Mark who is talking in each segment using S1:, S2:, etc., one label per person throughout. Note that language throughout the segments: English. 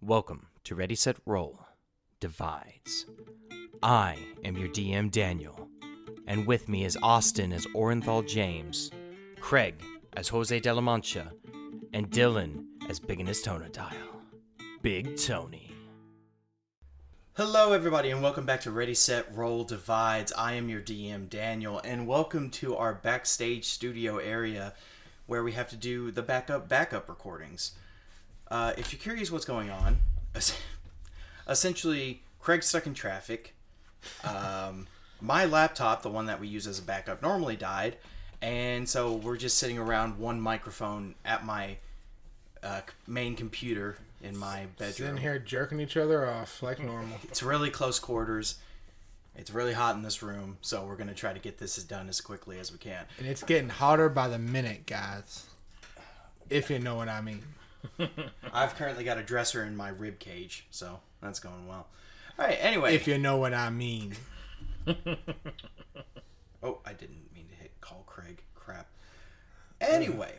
S1: Welcome to Ready Set Roll Divides. I am your DM Daniel, and with me is Austin as Orenthal James, Craig as Jose de la Mancha, and Dylan as Big in his Tonadile. Big Tony. Hello, everybody, and welcome back to Ready Set Roll Divides. I am your DM Daniel, and welcome to our backstage studio area where we have to do the backup backup recordings. Uh, if you're curious what's going on, es- essentially, Craig's stuck in traffic. Um, my laptop, the one that we use as a backup, normally died, and so we're just sitting around one microphone at my uh, c- main computer in my bedroom.
S2: Sitting here jerking each other off like normal.
S1: It's really close quarters. It's really hot in this room, so we're gonna try to get this done as quickly as we can.
S2: And it's getting hotter by the minute, guys. If you know what I mean.
S1: I've currently got a dresser in my rib cage, so that's going well. All right. Anyway,
S2: If you know what I mean.
S1: Oh, I didn't mean to hit call Craig. Crap. Anyway,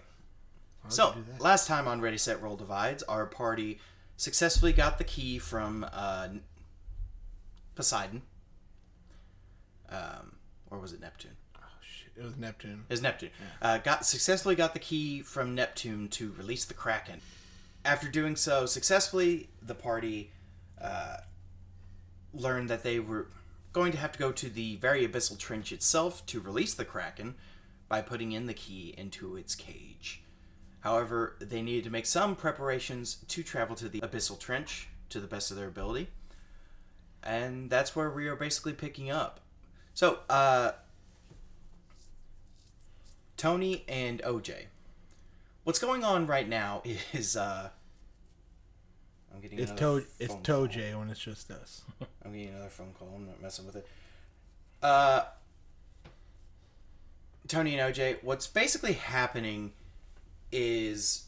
S1: so
S2: you do that?
S1: last time on Ready Set Roll Divides, our party successfully got the key from uh, N- Poseidon, um, or was it Neptune?
S2: Oh, shit. It was Neptune.
S1: It was Neptune. Uh, got successfully got the key from Neptune to release the Kraken. After doing so successfully, the party uh, learned that they were going to have to go to the very abyssal trench itself to release the Kraken by putting in the key into its cage. However, they needed to make some preparations to travel to the abyssal trench to the best of their ability, and that's where we are basically picking up. So, uh, Tony and OJ. What's going on right now is uh I'm getting
S2: It's
S1: another
S2: to it's
S1: phone call.
S2: Tojay when it's just us.
S1: I'm getting another phone call. I'm not messing with it. Uh, Tony and OJ, what's basically happening is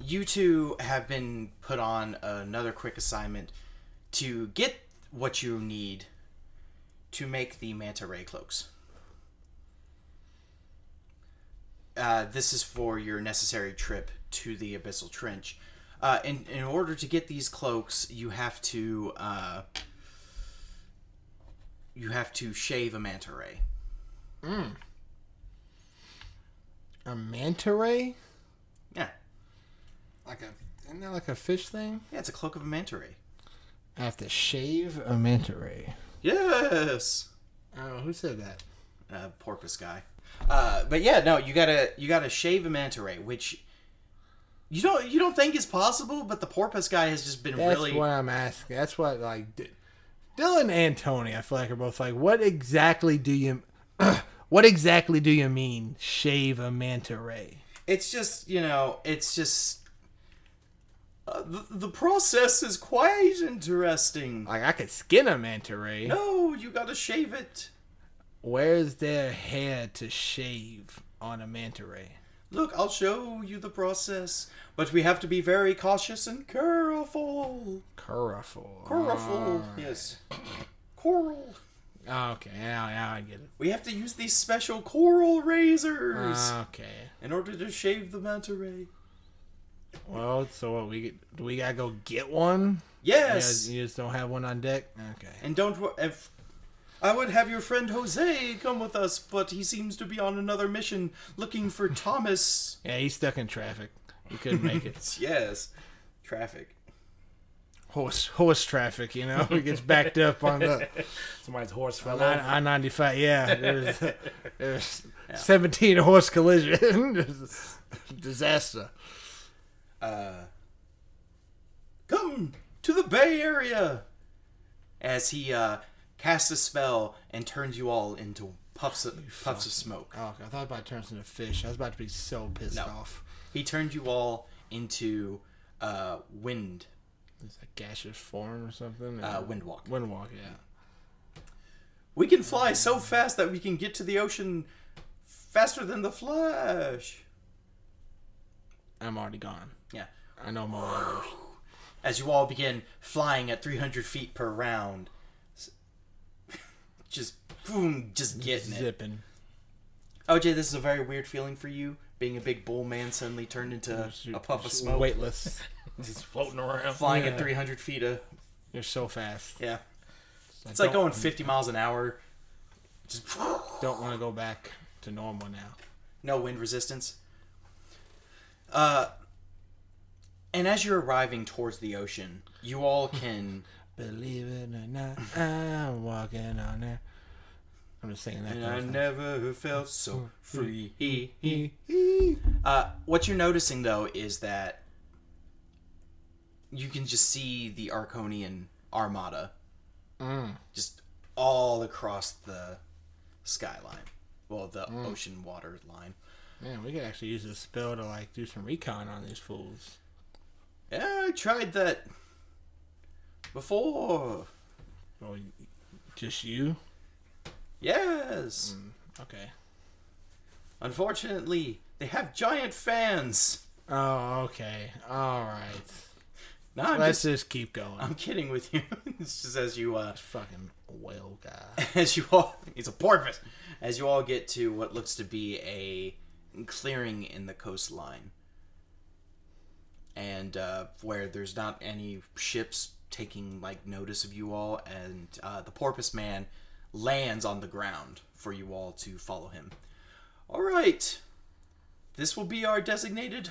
S1: you two have been put on another quick assignment to get what you need to make the manta ray cloaks. Uh, this is for your necessary trip to the abyssal trench. Uh, in, in order to get these cloaks, you have to uh, you have to shave a manta ray.
S2: A manta ray?
S1: Yeah,
S2: Like a isn't that like a fish thing?
S1: yeah, it's a cloak of a manta ray.
S2: I have to shave a manta ray.
S1: Yes,
S2: I don't know who said that.
S1: uh, porpoise guy. Uh, but yeah, no, you gotta you gotta shave a manta ray, which you don't you don't think is possible, but the porpoise guy has just been
S2: That's
S1: really
S2: what I'm asking. That's what like D- Dylan and Tony. I feel like are both like, what exactly do you, what exactly do you mean shave a manta ray?
S1: it's just you know it's just uh, the, the process is quite interesting.
S2: Like I could skin a manta ray.
S1: No, you gotta shave it.
S2: Where's their hair to shave on a manta ray?
S1: Look, I'll show you the process, but we have to be very cautious and careful.
S2: Careful.
S1: Careful, yes. Coral.
S2: Ah, okay, now, now I get it.
S1: We have to use these special coral razors
S2: Ah, Okay.
S1: in order to shave the manta ray.
S2: Well, so what we do we gotta go get one? You
S1: Yes,
S2: just, you just don't have one on deck. Okay.
S1: and don't. wor- If I would have your friend Jose come with us, but he seems to be on another mission looking for Thomas.
S2: Yeah, he's stuck in traffic. He couldn't make it.
S1: yes, traffic.
S2: horse horse traffic. You know, he gets backed up on the
S3: Somebody's horse fell off.
S2: I ninety five. Yeah, there's, there's seventeen horse collision. There's a Disaster.
S1: Uh, come to the Bay Area! As he uh, casts a spell and turns you all into puffs of, puffs of smoke.
S2: Oh, I thought about it turns into fish. I was about to be so pissed
S1: No.
S2: off.
S1: He turned you all into uh, wind,
S2: It's a gaseous form or something.
S1: uh, windwalk.
S2: Windwalk, yeah.
S1: We can fly so fast that we can get to the ocean faster than the Flash.
S2: I'm already gone.
S1: Yeah.
S2: I know my orders.
S1: As you all begin flying at 300 feet per round, S- just boom, just getting it.
S2: Zipping.
S1: OJ, this is a very weird feeling for you, being a big bull man suddenly turned into a puff of smoke.
S2: Weightless.
S4: Just floating around.
S1: flying
S2: Oh, Yeah.
S1: at 300 feet a
S2: You're so fast.
S1: yeah. It's like
S2: don't-
S1: going 50 miles an hour. Just
S2: Don't want to go back to normal now.
S1: no wind resistance. Uh, and as you're arriving towards the ocean, you all can.
S2: Believe it or not, I'm walking on air. I'm just singing that.
S1: and I
S2: kind of
S1: never felt so free.
S2: thing. Hee, hee.
S1: Uh, what you're noticing though is that you can just see the Arconian armada
S2: Mm,
S1: just all across the skyline. Well, the ocean water line.
S2: Man, we could actually use this spell to like do some recon on these fools.
S1: Yeah, I tried that before.
S2: Or just you?
S1: Yes.
S2: Okay.
S1: Unfortunately, they have giant fans.
S2: Oh, okay. All right.
S1: No, I'm
S2: Let's
S1: just,
S2: just, keep going.
S1: I'm kidding with you. it's just as you uh,
S2: fucking whale guy.
S1: as you all it's a porpoise as you all get to what looks to be a clearing in the coastline and uh, where there's not any ships taking like notice of you all and uh, the porpoise man lands on the ground for you all to follow him all right this will be our designated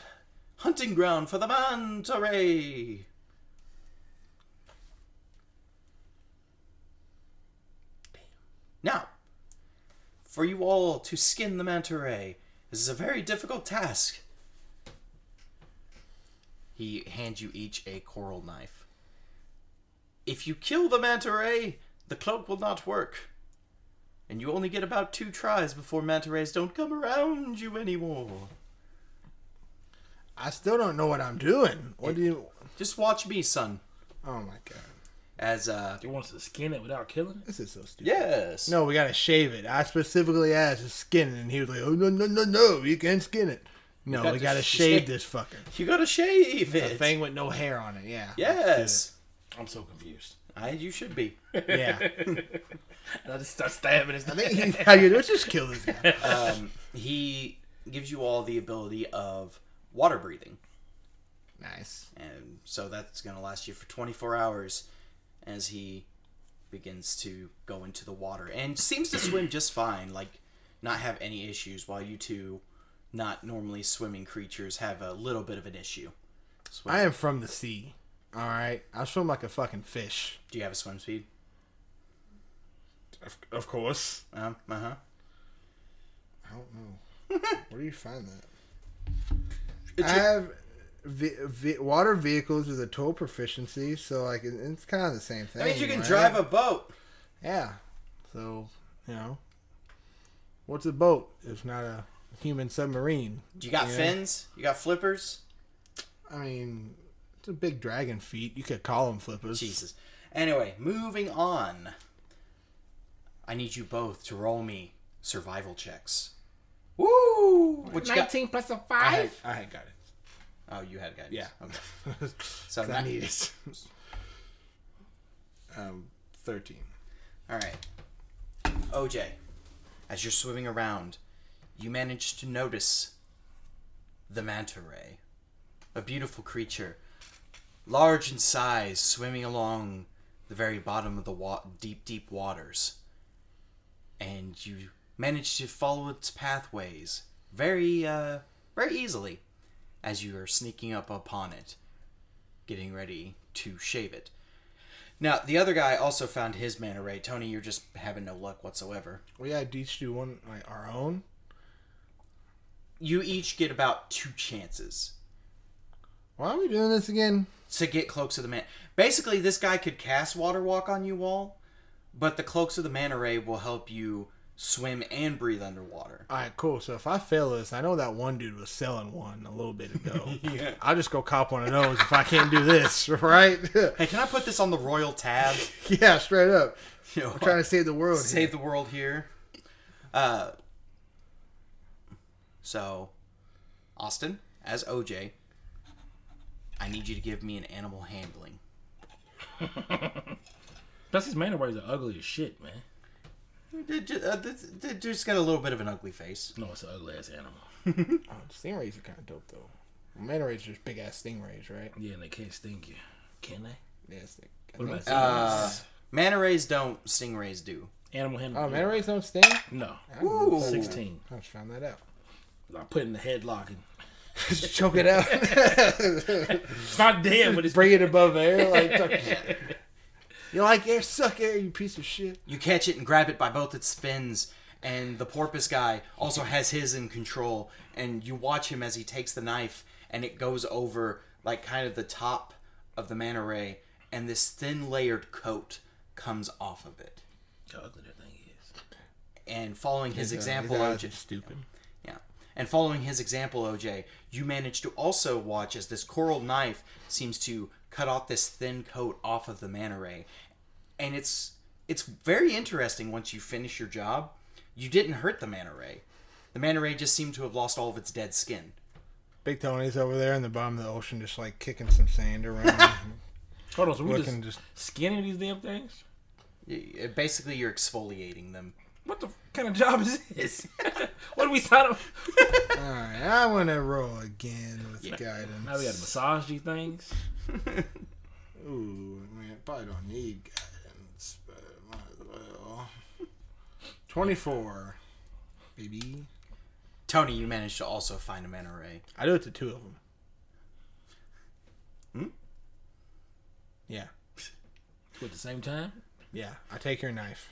S1: hunting ground for the manta ray Now, for you all to skin the manta ray, this is a very difficult task. He hands you each a coral knife. If you kill the manta ray, the cloak will not work. And you only get about two tries before manta rays don't come around you anymore.
S2: I still don't know what I'm doing. What do you?
S1: Just watch me, son.
S2: Oh my god,
S1: As, uh.
S4: He wants to skin it without killing it.
S2: this is so stupid.
S1: Yes!
S2: No, we gotta shave it. I specifically asked to skin it, and he was like, "Oh no, no, no, no! You can't skin it. No,
S1: got
S2: we
S1: to
S2: gotta
S1: sh-
S2: shave this fucker.
S1: You gotta shave
S2: A
S1: it!
S2: thing with no hair on it. Yeah.
S1: Yes!
S4: I'm so confused.
S1: I, you should be.
S2: Yeah.
S4: And I just start stabbing his.
S2: I think he, how you let's just kill this guy.
S1: um, he gives you all the ability of water breathing,
S2: Nice.
S1: and so that's going to last you for 24 hours as he begins to go into the water and seems to swim just fine, like not have any issues. While you two, not normally swimming creatures, have a little bit of an issue. Swim.
S2: I am from the sea. All right, I swim like a fucking fish.
S1: Do you have a swim speed?
S2: Of, of course.
S1: Um, uh huh.
S2: I don't know. Where do you find that? I have ve- ve- water vehicles is a total proficiency, so like it, it's kind of the same thing.
S1: That means you can
S2: right?
S1: drive a boat.
S2: Yeah. So you know, what's a boat if not a human submarine?
S1: You got
S2: Yeah.
S1: fins. You got flippers.
S2: I mean, it's a big dragon feet. You could call them flippers.
S1: Jesus. Anyway, moving on. I need you both to roll me survival checks. Woo! What you got?
S4: plus a
S2: I had, I had got it.
S1: Oh, you had guidance.
S2: Yeah.
S1: Okay.
S2: so I
S1: not-
S2: need it. um, thirteen.
S1: All right. OJ, as you're swimming around, you manage to notice the manta ray, a beautiful creature, large in size, swimming along the very bottom of the wa- deep, deep waters. And you manage to follow its pathways very, uh, very easily as you are sneaking up upon it, getting ready to shave it. Now, the other guy also found his manta ray. Tony, you're just having no luck whatsoever.
S2: We had each do one like our own.
S1: You each get about two chances
S2: Why are we doing this again?
S1: to get cloaks of the man. Basically, this guy could cast water walk on you all, but the cloaks of the manta ray will help you swim and breathe underwater.
S2: All right, cool. So if I fail this, I know that one dude was selling one a little bit ago. yeah. I'll just go cop one of those if I can't do this, right?
S1: Hey, can I put this on the royal tab?
S2: yeah, straight up.
S1: You know,
S2: I'm trying to save the world. here.
S1: save the world here. Uh, so, Austin, as OJ, I need you to give me an animal handling.
S4: Plus his manta rays are ugly as shit, man.
S1: They ju- uh, th- they just got a little bit of an ugly face.
S4: No, it's an ugly ass animal.
S2: Oh, stingrays are kind of dope though. Manta rays are just big ass stingrays, right?
S4: Yeah, and they can't sting you. Can they?
S2: Yeah, stink.
S4: What about
S1: Uh, manta rays don't, stingrays do.
S4: animal handling?
S2: Oh, manta rays don't sting. I
S4: No.
S1: Ooh.
S4: 16.
S2: just found that out.
S4: I put in the headlock and
S2: just choke it out.
S4: it's not dead, but it's
S2: Bring it above air. Like tuck- you like air? Suck air, you piece of shit.
S1: You catch it and grab it by both its fins, and the porpoise guy also has his in control, and you watch him as he takes the knife, and it goes over, like, kind of the top of the manta ray, and this thin layered coat comes off of it.
S4: how ugly that thing is.
S1: And following his example,
S2: His eyes
S1: OJ
S2: are stupid.
S1: Yeah. And following his example, OJ, you manage to also watch as this coral knife seems to cut off this thin coat off of the manta ray. And it's it's very interesting once you finish your job. You didn't hurt the manta ray. The manta ray just seemed to have lost all of its dead skin.
S2: Big Tony's over there in the bottom of the ocean, just like kicking some sand around,
S4: Hold on, so we
S2: looking just.
S4: just skinning these damn things?
S1: Y- y- Basically, you're exfoliating them.
S4: What the f- kind of job is this? what do we sign up?
S2: All right, I want to roll again with guidance.
S4: now we gotta massage these things.
S2: Ooh, man, probably don't need guidance, but might as well. 24, baby.
S1: Tony, you managed to also find a manta ray.
S2: I do it to two of them.
S1: Hmm?
S2: Yeah,
S4: At the same time,
S2: yeah. I take your knife.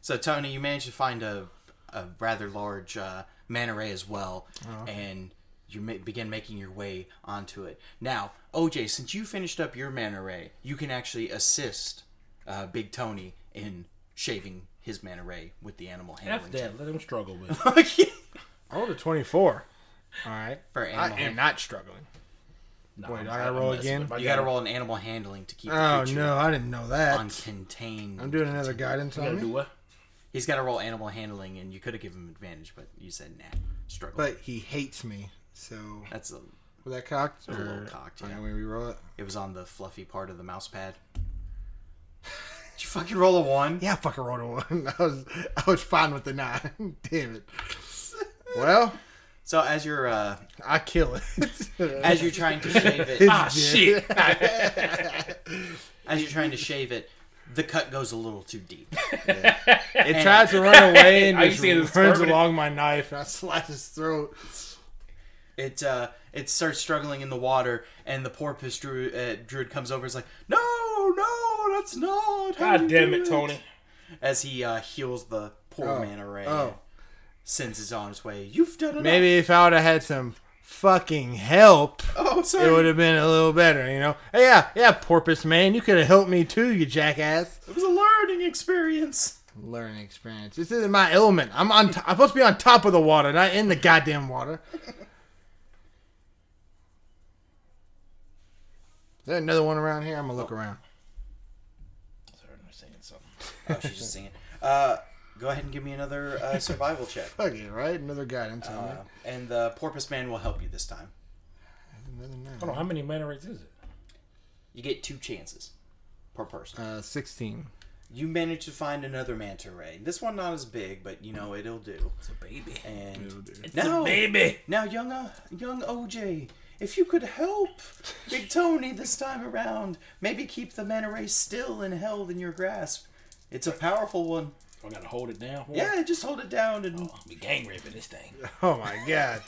S1: So Tony, you managed to find a a rather large uh, manta ray as well,
S2: Uh-huh.
S1: and you ma- begin making your way onto it. Now, OJ, since you finished up your manta ray, you can actually assist uh, Big Tony in shaving his manta ray with the animal
S4: F
S1: handling.
S4: that. Let them struggle with. it.
S1: check.
S2: I rolled a 24. All right.
S1: For
S2: I
S1: animal,
S2: am
S1: hand-
S2: not struggling.
S4: Nah,
S2: Wait,
S4: I'm-
S2: I gotta roll
S4: I'm messing
S2: again?
S4: with- I
S1: you got to roll an animal handling to keep the
S2: Oh,
S1: creature
S2: no, I didn't know that.
S1: uncontained.
S2: I'm doing another guidance
S4: I gotta
S2: on
S4: do
S2: me.
S4: what?
S1: He's got to roll animal handling, and you could have given him advantage, but you said nah, struggle.
S2: But he hates me, so.
S1: That's a,
S2: Was that cocked?
S1: a little
S2: or-
S1: cocked.
S2: All
S1: yeah.
S2: right, we reroll it.
S1: It was on the fluffy part of the mouse pad. Did you fucking roll a one?
S2: Yeah, I fucking rolled a one. I was I was fine with the nine. Damn it. Well,
S1: So as you're uh,
S2: I kill it.
S1: as you're trying to shave it,
S4: Ah, shit.
S1: as you're trying to shave it, the cut goes a little too deep.
S2: it tries to run away and
S4: I
S2: just
S4: see it
S2: runs
S4: as permanent.
S2: along my knife and I slice his throat.
S1: It uh, it starts struggling in the water, and the porpoise druid, uh, druid comes over. Is like, no, no, that's not. how
S4: God
S1: you
S4: damn
S1: do
S4: it, Tony.
S1: As he uh, heals the poor
S2: Oh,
S1: man array,
S2: oh.
S1: sends is on his way. You've done enough.
S2: Maybe if I would have had some fucking help,
S1: Oh,
S2: it would
S1: sorry. It,
S2: have been a little better, you know. Hey, yeah, yeah, porpoise man, you could have helped me too, you jackass.
S1: was a learning experience.
S2: Learning experience. This isn't my element. I'm on. T- I'm supposed to be on top of the water, not in the goddamn water. Is there another one around here? I'm gonna look around.
S4: Sorry, I'm saying something.
S1: Oh, she's just singing. Uh, go ahead and give me another uh, survival check.
S2: Fuck it, right? Another guidance on
S1: Uh,
S2: it.
S1: and the porpoise man will help you this time.
S2: Another
S4: Hold on,
S2: nine.
S4: how many manta rays is it?
S1: You get two chances per person.
S2: Uh, sixteen.
S1: You manage to find another manta ray. This one not as big, but you know it'll do.
S4: It's a baby.
S1: And
S4: No.
S1: now,
S4: baby.
S1: now young uh, young OJ, if you could help Big Tony this time around, maybe keep the manta ray still and held in your grasp. It's a powerful one.
S4: I gotta hold it down. for it?
S1: Yeah, just hold it down and
S4: Oh, I'm gang raping this thing.
S2: Oh my god!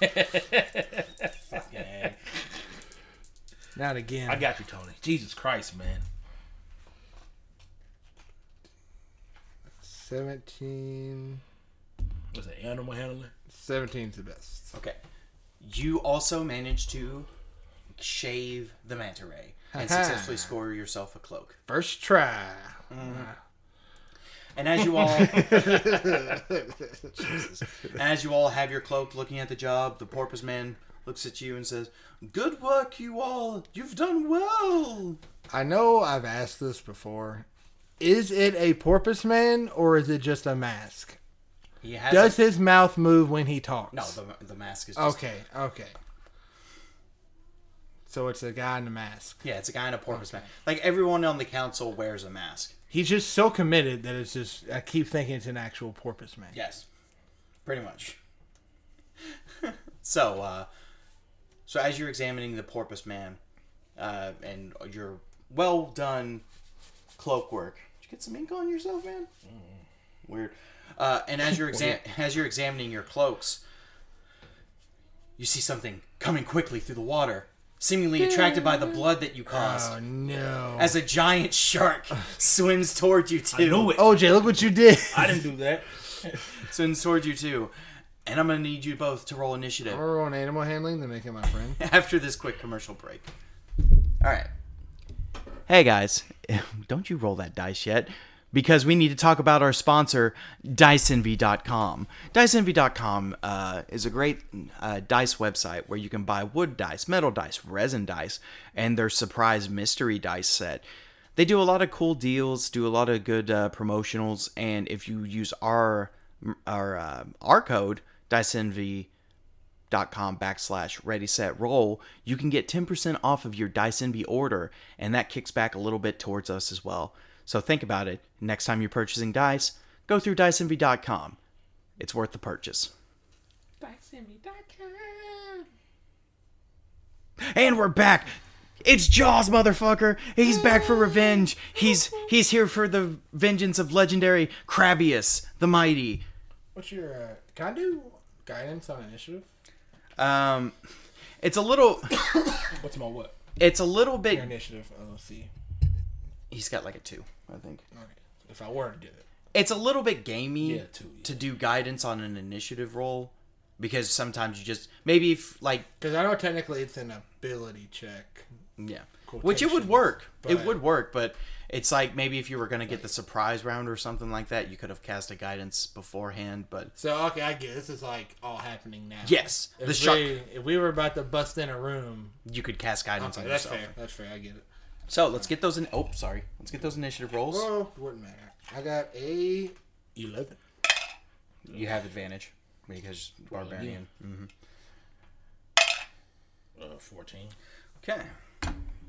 S1: Yeah.
S2: not
S4: I
S2: again.
S4: got you, Tony. Jesus Christ, man.
S2: Seventeen.
S4: Was it animal handling?
S2: 17's the best.
S1: Okay. You also managed to shave the manta ray and successfully score yourself a cloak.
S2: First try.
S1: And as you all, Jesus. And as you all have your cloak, looking at the job, the porpoise man looks at you and says, "Good work, you all. You've done well."
S2: I know I've asked this before. Is it a porpoise man or is it just a mask?
S1: He has
S2: Does his mouth move when he talks?
S1: no. The, the mask is just,
S2: Okay, okay. So it's a guy in a mask.
S1: yeah. It's a guy in a porpoise man. Like everyone on the council wears a mask.
S2: He's just so committed that it's just I keep thinking it's an actual porpoise man.
S1: Yes, pretty much. so, uh, So as you're examining the porpoise man, uh, and your well done cloak work, did you get some ink on yourself, man? Weird. Uh, and as you're exam- as you're examining your cloaks, you see something coming quickly through the water, seemingly attracted by the blood that you caused.
S2: Oh no.
S1: as a giant shark swims toward you too.
S4: I knew it.
S2: OJ, look what you did.
S4: Oh, I didn't do that.
S1: Swims toward you too. And I'm gonna need you both to roll initiative.
S2: We're on animal handling to make it my friend.
S1: after this quick commercial break. All right. Hey guys, don't you roll that dice yet because we need to talk about our sponsor, DiceEnvy.com. DiceEnvy.com uh, is a great uh, dice website where you can buy wood dice, metal dice, resin dice, and their surprise mystery dice set. They do a lot of cool deals, do a lot of good uh, promotionals, and if you use our our uh, our code, DiceEnvy dot com backslash ready set roll you can get 10% off of your dice envy order and that kicks back a little bit towards us as well so think about it next time you're purchasing dice go through diceenvy.com it's worth the purchase and we're back it's jaws motherfucker he's back for revenge he's he's here for the vengeance of legendary krabius the mighty
S2: What's your uh, can I do guidance on initiative?
S1: um it's a little
S2: What's my what?
S1: it's a little bit
S2: initiative LLC.
S1: he's got like a two i think
S2: Okay. If I were to do it.
S1: it's a little bit gamey
S2: Yeah, too, yeah.
S1: to do guidance on an initiative roll because sometimes you just maybe if like
S2: Because I know technically it's an ability check.
S1: yeah which it would
S2: Quotations,
S1: work it
S2: but-
S1: would work but it's like maybe if you were going to get the surprise round or something like that you could have cast a guidance beforehand but
S2: So okay, I get it. this is like all happening now.
S1: yes
S2: If
S1: the shark
S2: we, if we were about to bust in a room,
S1: you could cast guidance
S2: okay,
S1: on
S2: that's
S1: yourself
S2: fair. That's fair. I get it.
S1: so let's get those in oh sorry let's get those initiative rolls
S2: Well, Oh, wouldn't matter. I got a eleven.
S1: you have advantage because barbarian
S4: Mm-hmm. Uh, 14.
S1: okay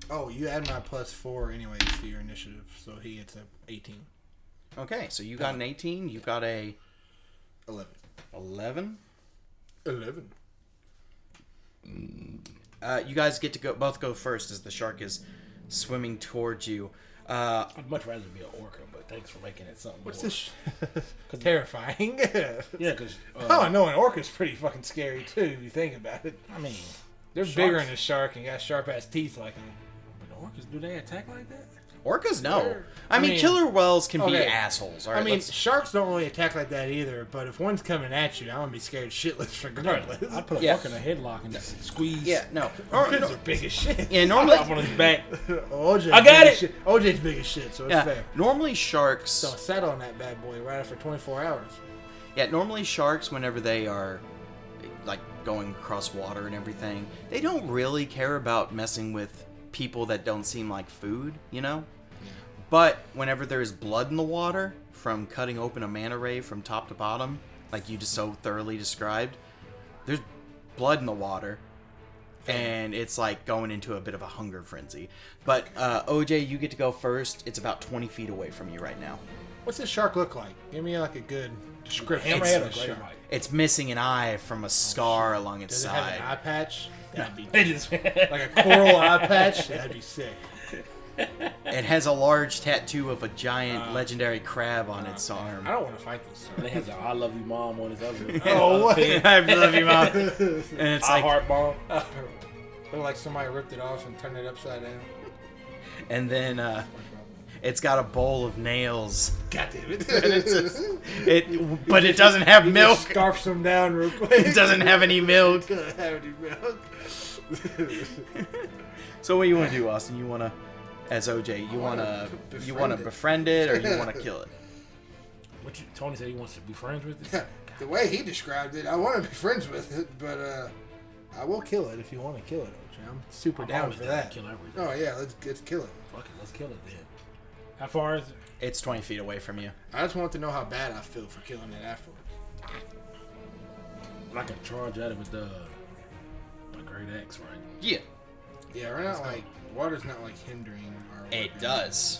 S2: Oh, you add my plus four anyways to your initiative, so he gets a 18.
S1: okay so you got an 18 you got a
S2: 11.
S1: 11
S2: 11.
S1: Uh, you guys get to go both go first as the shark is swimming towards you. Uh,
S4: I'd much rather be an orca, but thanks for making it something.
S2: What's
S4: more.
S2: this? Sh- terrifying.
S4: Yeah, because. Uh,
S2: oh, no, an orca's pretty fucking scary too, if you think about it.
S4: I mean,
S2: They're bigger
S4: Sharks.
S2: than a shark and got sharp ass teeth like him.
S4: but orcas, do they attack like that?
S1: orcas, no.
S2: Sure.
S1: I
S2: I
S1: mean,
S2: mean-
S1: killer whales can be
S2: Okay.
S1: assholes. All right,
S2: I mean,
S1: let's-
S2: sharks don't really attack like that either, but if one's coming at you, I'm gonna be scared shitless regardless.
S4: I'd put an
S1: Yeah.
S4: orca in a headlock and just squeeze.
S1: yeah, no. Or,
S2: Orcas
S1: no.
S2: are big as shit.
S1: Yeah,
S4: Up
S1: normally,
S4: on his back.
S2: OJ,
S4: I got
S2: big as
S4: it!
S2: shit. OJ's big as shit, so it's
S1: yeah,
S2: fair.
S1: normally
S2: So I
S1: sharks.
S2: sat on that bad boy right after 24 hours.
S1: Yeah, normally sharks. Whenever they are like going across water and everything, they don't really care about messing with people that don't seem like food. You know. But whenever there is blood in the water from cutting open a manta ray from top to bottom, like you just so thoroughly described, there's blood in the water. And it's like going into a bit of a hunger frenzy. But uh, OJ, you get to go first. It's about 20 feet away from you right now.
S2: What's this shark look like? Give me like a good description. of
S4: Hammerhead
S2: the
S4: or great
S2: shark.
S4: white?
S1: It's missing an eye from a scar along its
S2: Oh, Does it have an eye
S1: side.
S2: patch? That'd be
S4: They just.
S2: like a coral eye patch. That'd be sick.
S1: It has a large tattoo of a giant legendary crab on its arm.
S2: Uh, I don't want to fight this.
S4: They
S2: Shark.
S4: has a I love you mom on his other.
S2: Oh, what?
S1: I love you, Mom. And it's
S4: I
S1: like
S4: heart bomb.
S2: Look like somebody ripped it off and turned it upside down.
S1: and then uh, it's got a bowl of nails.
S2: God damn it!
S1: It, but it doesn't have milk.
S2: Scarfs them down real quick.
S1: It doesn't have any milk.
S2: Doesn't have any milk.
S1: So what do you want to do, Austin? You want to, as OJ, you want to,
S2: b-
S1: you want to befriend it, or you want to kill it?
S4: What you, Tony said he wants to be friends with it.
S2: the way he described it, I want to be friends with it, but uh, I will kill it if you want to kill it. OJ. I'm super
S4: I'm
S2: down
S4: always
S2: for
S4: down to
S2: that.
S4: Kill everything.
S2: Oh yeah, let's let's kill it.
S4: Fuck it, let's kill it then. How far is it?
S1: It's 20 feet away from you.
S2: I just want to know how bad I feel for killing it afterwards.
S4: I can charge at it with the the great axe, right?
S1: Yeah,
S2: Yeah, we're not like water's not like hindering our.
S1: it
S2: weapon.
S1: does.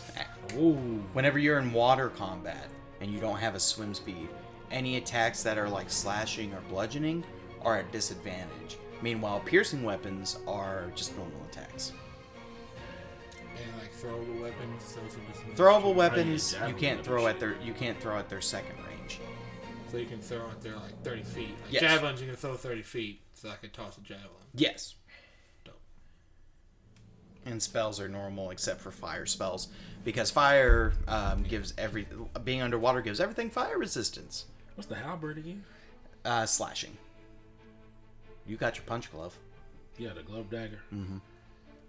S4: Ooh.
S1: Whenever you're in water combat and you don't have a swim speed, any attacks that are like slashing or bludgeoning are at disadvantage. Meanwhile, piercing weapons are just normal attacks.
S4: And like throwable weapons, those are just
S1: Throwable
S4: Right,
S1: weapons
S4: yeah,
S1: you
S4: javelin
S1: can't
S4: and
S1: throw
S4: shit.
S1: at their you can't throw at their second range.
S4: So you can throw it there like 30 feet. Like
S1: Yes.
S4: javelins, you can throw 30 feet. So I could toss a javelin.
S1: Yes.
S4: Dope.
S1: And spells are normal except for fire spells, because fire um, gives every being underwater gives everything fire resistance.
S4: What's the halberd again?
S1: Uh, slashing. You got your punch glove.
S4: Yeah, the glove dagger. Mm-hmm.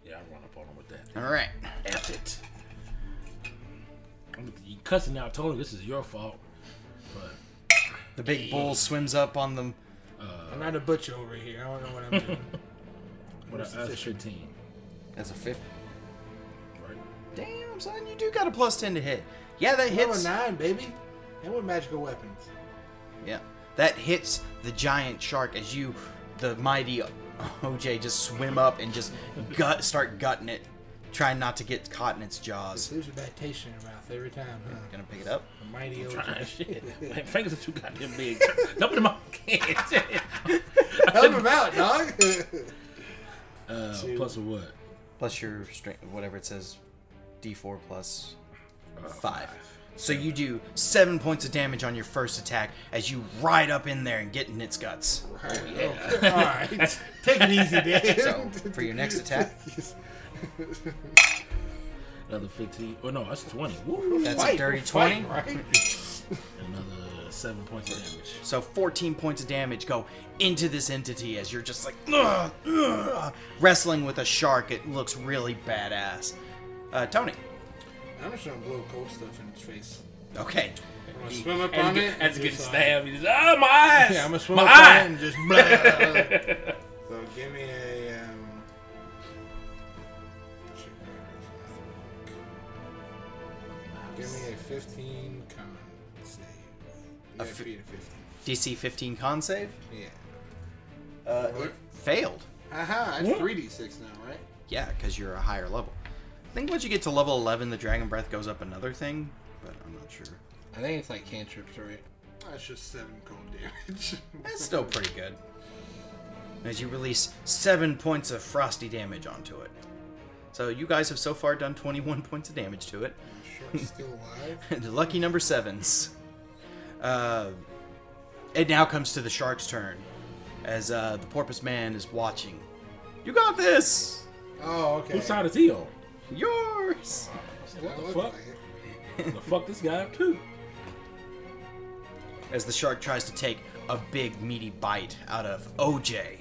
S4: Yeah, I run up on him with that.
S1: All right.
S4: F it. I'm- You cussing out Tony. This is your fault. But
S1: The big bull swims up on them.
S2: I'm not a butcher over here. I don't know what I'm doing.
S4: what
S2: What's the
S4: a
S2: fishing?
S4: fifteen,
S1: That's a fifth.
S4: right?
S1: Damn, son, you do got a plus ten to hit. Yeah, that
S2: Level
S1: hits.
S2: nine, baby. And with magical weapons.
S1: Yeah. That hits the giant shark as you, the mighty OJ, just swim up and just gut start gutting it, trying not to get caught in its jaws.
S2: There's a bad taste in your mouth every time. Huh?
S1: Gonna pick it up.
S2: A mighty old.
S4: Trying shit. My fingers are too goddamn big. Dump it in my hand.
S2: Help him out, dog.
S4: uh, plus a what?
S1: Plus your strength, whatever it says, D4 plus Oh, five. So you do seven points of damage on your first attack as you ride up in there and get in its guts.
S4: oh.
S2: All right, take it easy, Dad.
S1: So for your next attack,
S4: Another fifteen. Oh no, that's twenty. Woo.
S1: that's a
S2: Fight,
S1: dirty
S2: we're
S1: 20.
S2: fighting, right?
S4: Another seven points of damage.
S1: So 14 points of damage go into this entity as you're just like "Ugh, ugh," wrestling with a shark. It looks really badass. Uh, Tony.
S2: I'm just gonna blow cold stuff in his face.
S1: Okay.
S2: I'm gonna swim up
S4: As
S2: on
S4: you
S2: it.
S4: get, as you
S2: and
S4: get
S2: just, uh,
S4: stabbed, he's ah my eyes.
S2: Yeah, I'm gonna swim
S4: my
S2: up
S4: eye.
S2: on it and just. Blah. so give me a. Um, check my math real quick. Give me a 15 con save. You gotta
S1: fi-
S2: beat a 15.
S1: DC 15 con save.
S2: Yeah.
S1: Uh, it failed.
S2: Aha, it's 3d6 now, right?
S1: Yeah, because you're a higher level. I think once you get to level 11, the dragon breath goes up another thing, but I'm not sure.
S2: I think it's like cantrips, right? Oh, That's just 7 cold damage.
S1: That's still pretty good. As you release seven points of frosty damage onto it. So you guys have so far done 21 points of damage to it.
S2: Shark's still alive.
S1: the lucky number sevens. Uh, it now comes to the shark's turn, as uh, the porpoise man is watching. You got this.
S2: Oh, okay.
S4: Whose side is he on?
S1: Yours.
S2: That looks
S4: fuck?
S2: like it.
S4: the fuck this guy up too.
S1: As the shark tries to take a big meaty bite out of OJ,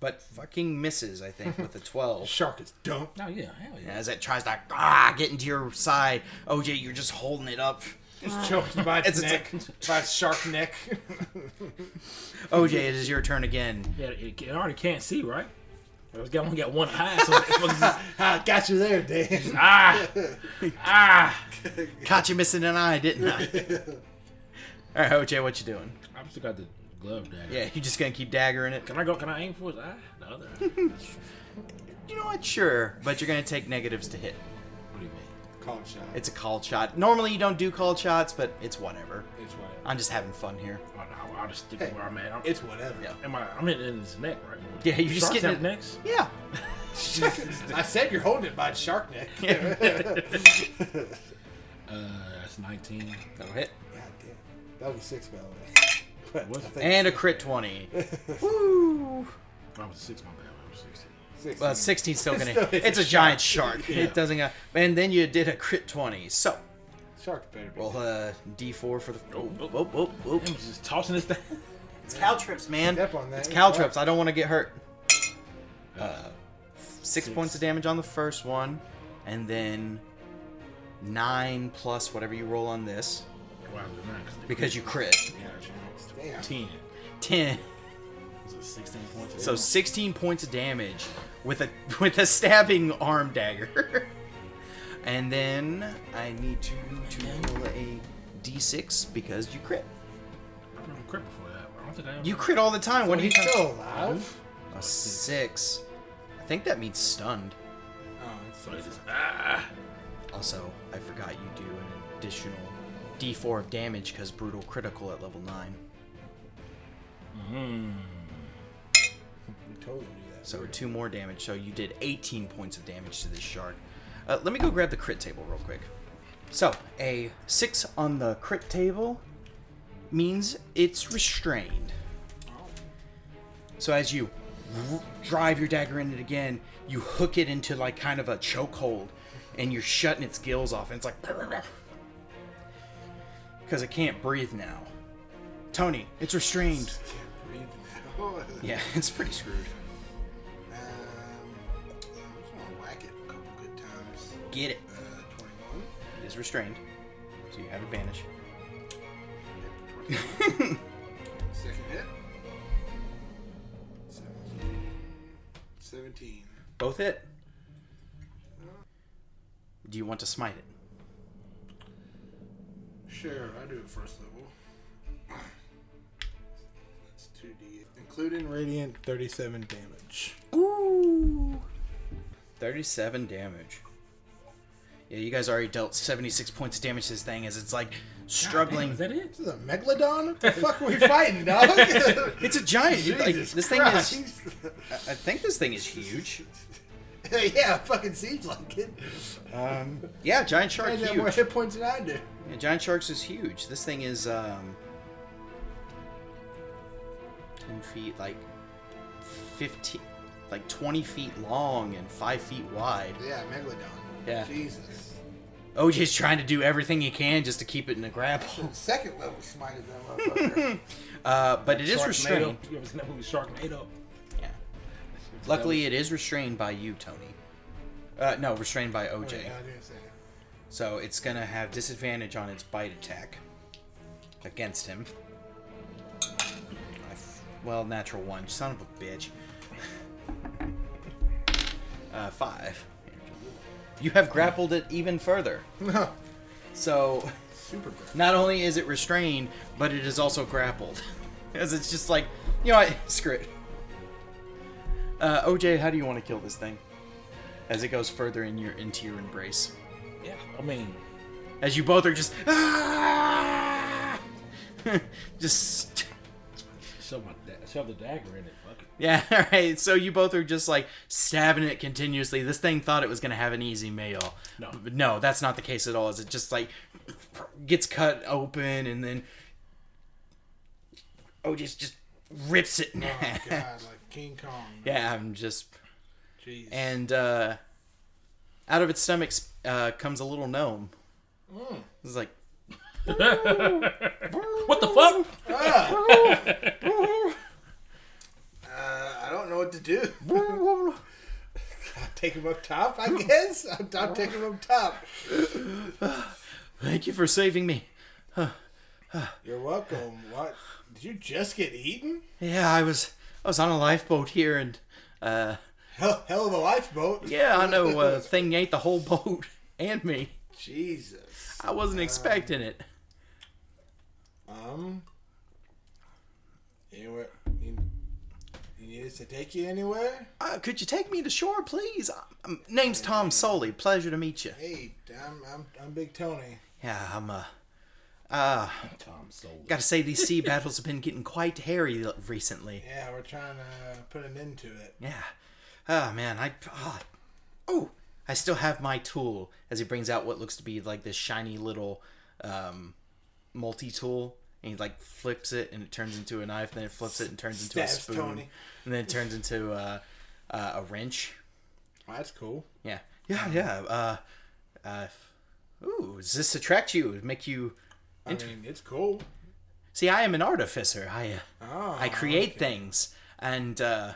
S1: but fucking misses. I think with a twelve.
S2: Shark is dumb.
S4: Oh yeah, hell yeah.
S1: As it tries to ah, get into your side, OJ, you're just holding it up.
S2: Just choked by its
S1: It's-
S2: neck.
S1: it's
S2: by its shark neck.
S1: OJ, it is your turn again.
S4: Yeah, it, it already can't see, right? This guy only got one eye, so it was just,
S2: I got you Ah, there, Dan.
S4: ah, ah.
S1: Caught you missing an eye, didn't I? All right, OJ, what you doing?
S4: I'm still got the glove dagger.
S1: Yeah, you just gonna keep daggering it.
S4: Can I go? Can I aim for his eye? The other. eye. what
S1: You know what? Sure, but you're gonna take negatives to hit.
S4: do you mean?
S2: Call him shot.
S1: It's a called shot. Normally you don't do called shots, but it's whatever.
S2: It's whatever.
S1: I'm just having fun here.
S4: Oh no, I'll just stick
S2: Hey,
S4: to where I'm at. I'm,
S2: It's whatever.
S1: Yeah.
S4: am I? I'm hitting his neck, right?
S1: Yeah, you're just
S4: Sharks
S1: getting
S4: have
S1: it-
S4: necks.
S1: Yeah.
S2: I said you're holding it by its shark neck.
S4: Uh, that's 19.
S1: That'll hit.
S2: God damn. That was six, by the way. But
S4: Was
S2: I
S4: it?
S2: think
S1: And a crit twenty.
S4: I was six, my bad. I was 16.
S2: six.
S1: Well, 16's still gonna. It's a giant shark. It doesn't. Got, and then you did a crit twenty. So
S2: Shark better be.
S1: roll a d4 for the. Oh,
S4: oh,
S1: oh, oh, oh.
S4: Damn, it's just tossing this thing.
S1: It's caltrips, man.
S2: Step on that.
S1: It's
S2: It's
S1: caltrips. I don't want to get hurt. Uh, six points of damage on the first one, and then nine plus whatever you roll on this
S4: Why was it nine? 'Cause they-
S1: because you crit.
S4: yeah, it's
S2: Damn.
S4: 10.
S1: Ten.
S4: Is it 16 points?
S1: So 16 points of damage with a with a stabbing arm dagger. and then I need to, to roll a d6 because you crit.
S4: I've been crit before that. I don't think I am.
S1: You crit all the time. What do you
S2: He's
S1: trying?
S2: still alive.
S1: A six. I think that means stunned.
S2: Oh, it's
S4: So it's just, ah.
S1: Also, I forgot you do an additional d4 of damage because brutal critical at level 9.
S2: We totally knew that.
S1: So we're two more damage. So you did 18 points of damage to this shark. Uh, let me go grab the crit table real quick. So a six on the crit table means it's restrained. So as you r- drive your dagger in it again, you hook it into like kind of a chokehold, and you're shutting its gills off, and it's like because it can't breathe now. Tony, it's restrained.
S5: Can't breathe now.
S1: Yeah, it's pretty screwed.
S5: Um, I'm just gonna whack it a couple good times.
S1: Get it.
S5: Uh, 21.
S1: It is restrained, so you have advantage.
S5: Yep, 21. Second hit. 17. 17.
S1: Both hit. Do you want to smite it?
S5: Sure, I do it first level. That's 2d. Including radiant.
S2: Radiant 37 damage.
S1: 37 damage. Yeah, you guys already dealt 76 points of damage to this thing as it's like struggling.
S4: Is that it?
S2: This is a megalodon? What the fuck are we fighting, dog?
S1: it's a giant. dude, like,
S2: Jesus
S1: this thing is. I I think this thing is huge.
S2: yeah, it fucking seems like it.
S1: Um, yeah, giant shark
S2: I
S1: huge.
S2: have more hit points than I do.
S1: Yeah, giant sharks is huge. This thing is um, 10 feet, like 15, like 20 feet long and 5 feet wide.
S2: Yeah, megalodon.
S1: Yeah.
S2: Jesus.
S1: OJ's trying to do everything he can just to keep it in a grapple.
S2: Second level smited that motherfucker.
S1: Uh, but it is
S4: Sharknado.
S1: restrained.
S4: You ever seen that movie Sharknado?
S1: Yeah. Luckily, it is restrained by you, Tony. Uh, no, restrained by
S5: Oh
S1: OJ.
S2: Yeah, I didn't say it.
S1: So it's gonna have disadvantage on its bite attack against him. I f- Well, natural one, son of a bitch. Uh, five. You have grappled it even further.
S2: No.
S1: So
S2: Super good.
S1: not only is it restrained, but it is also grappled, as it's just like, you know, what? screw it. Uh, OJ, how do you want to kill this thing? As it goes further in your into your embrace,
S4: Yeah. I mean,
S1: as you both are just, "Ah!" just
S4: shove my da- shove the dagger in it. Fuck it.
S1: yeah, all right. So you both are just like stabbing it continuously. This thing thought it was gonna have an easy meal.
S4: No.
S1: but no, that's not the case at all. Is it just like gets cut open and then oh, just just rips it. in
S5: Oh,
S1: half.
S5: God, like King Kong.
S1: yeah, I'm just
S5: Jeez.
S1: and uh, out of its stomach uh, comes a little gnome.
S5: Mm.
S1: It's like
S4: What the fuck?
S2: Uh, I don't know what to do. I'll take him up top, I guess. I'll, I'll take him up top.
S1: thank you for saving me.
S2: You're welcome. What? Did you just get
S5: E?
S2: eaten?
S1: Yeah, I was I was on a lifeboat here and uh,
S2: Hell, hell of a lifeboat.
S1: yeah, I know uh, thing ate the whole boat and me.
S2: Jesus.
S1: I wasn't expecting it.
S2: Um. Anywhere? You, you need us to take you anywhere?
S1: Uh, could you take me to shore, please? Um, name's Tom Soley. Pleasure to meet you.
S2: Hey, I'm I'm, I'm Big Tony.
S1: Yeah, I'm uh, uh,
S4: Tom sold it.
S1: gotta say these sea battles have been getting quite hairy l- recently.
S2: Yeah, we're trying to put an end to it.
S1: Yeah. Oh man, I oh, oh, I still have my tool. As he brings out what looks to be like this shiny little um, multi-tool, and he like flips it, and it turns into a knife. Then it flips it and turns into a
S2: Stabs
S1: spoon,
S2: Tony.
S1: and then it turns into uh, uh, a wrench.
S5: Oh,
S2: that's cool.
S1: Yeah. Yeah, yeah. Uh, uh, ooh, does this attract you? Make you
S2: I mean, it's cool.
S1: see? I am an artificer. I uh,
S2: Oh,
S1: I create things, and uh,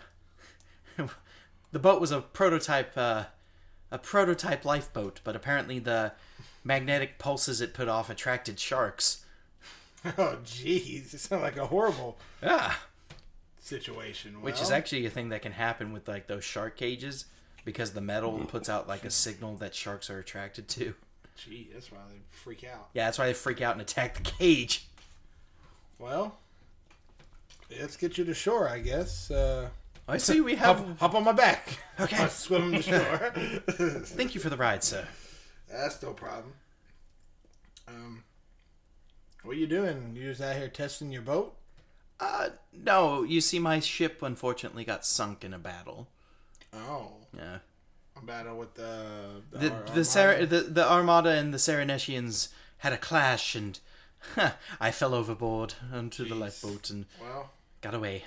S1: the boat was a prototype, uh, a prototype lifeboat. But apparently, the magnetic pulses it put off attracted sharks.
S2: Oh, jeez, it sounds like a horrible
S1: Yeah,
S2: situation.
S1: which is
S2: Well,
S1: actually a thing that can happen with like those shark cages because the metal puts out like a signal that sharks are attracted to.
S5: Gee, that's why they freak out.
S1: Yeah, that's why they freak out and attack the cage.
S2: well. Let's get you to shore, I guess. Uh,
S1: I see we have.
S2: hop, hop on my back.
S1: Okay.
S2: I'll swim to shore.
S1: Thank you for the ride, sir.
S2: That's no problem. Um, what you doing? You just out here testing your boat?
S1: Uh, no, you see, my ship unfortunately got sunk in a battle.
S5: Oh,
S1: Yeah.
S5: a battle with the the
S1: The
S5: Ar-
S1: the,
S5: Armada.
S1: Sar- the the Armada and the Serenetians had a clash, and huh, I fell overboard onto the lifeboat and
S5: Well,
S1: got away.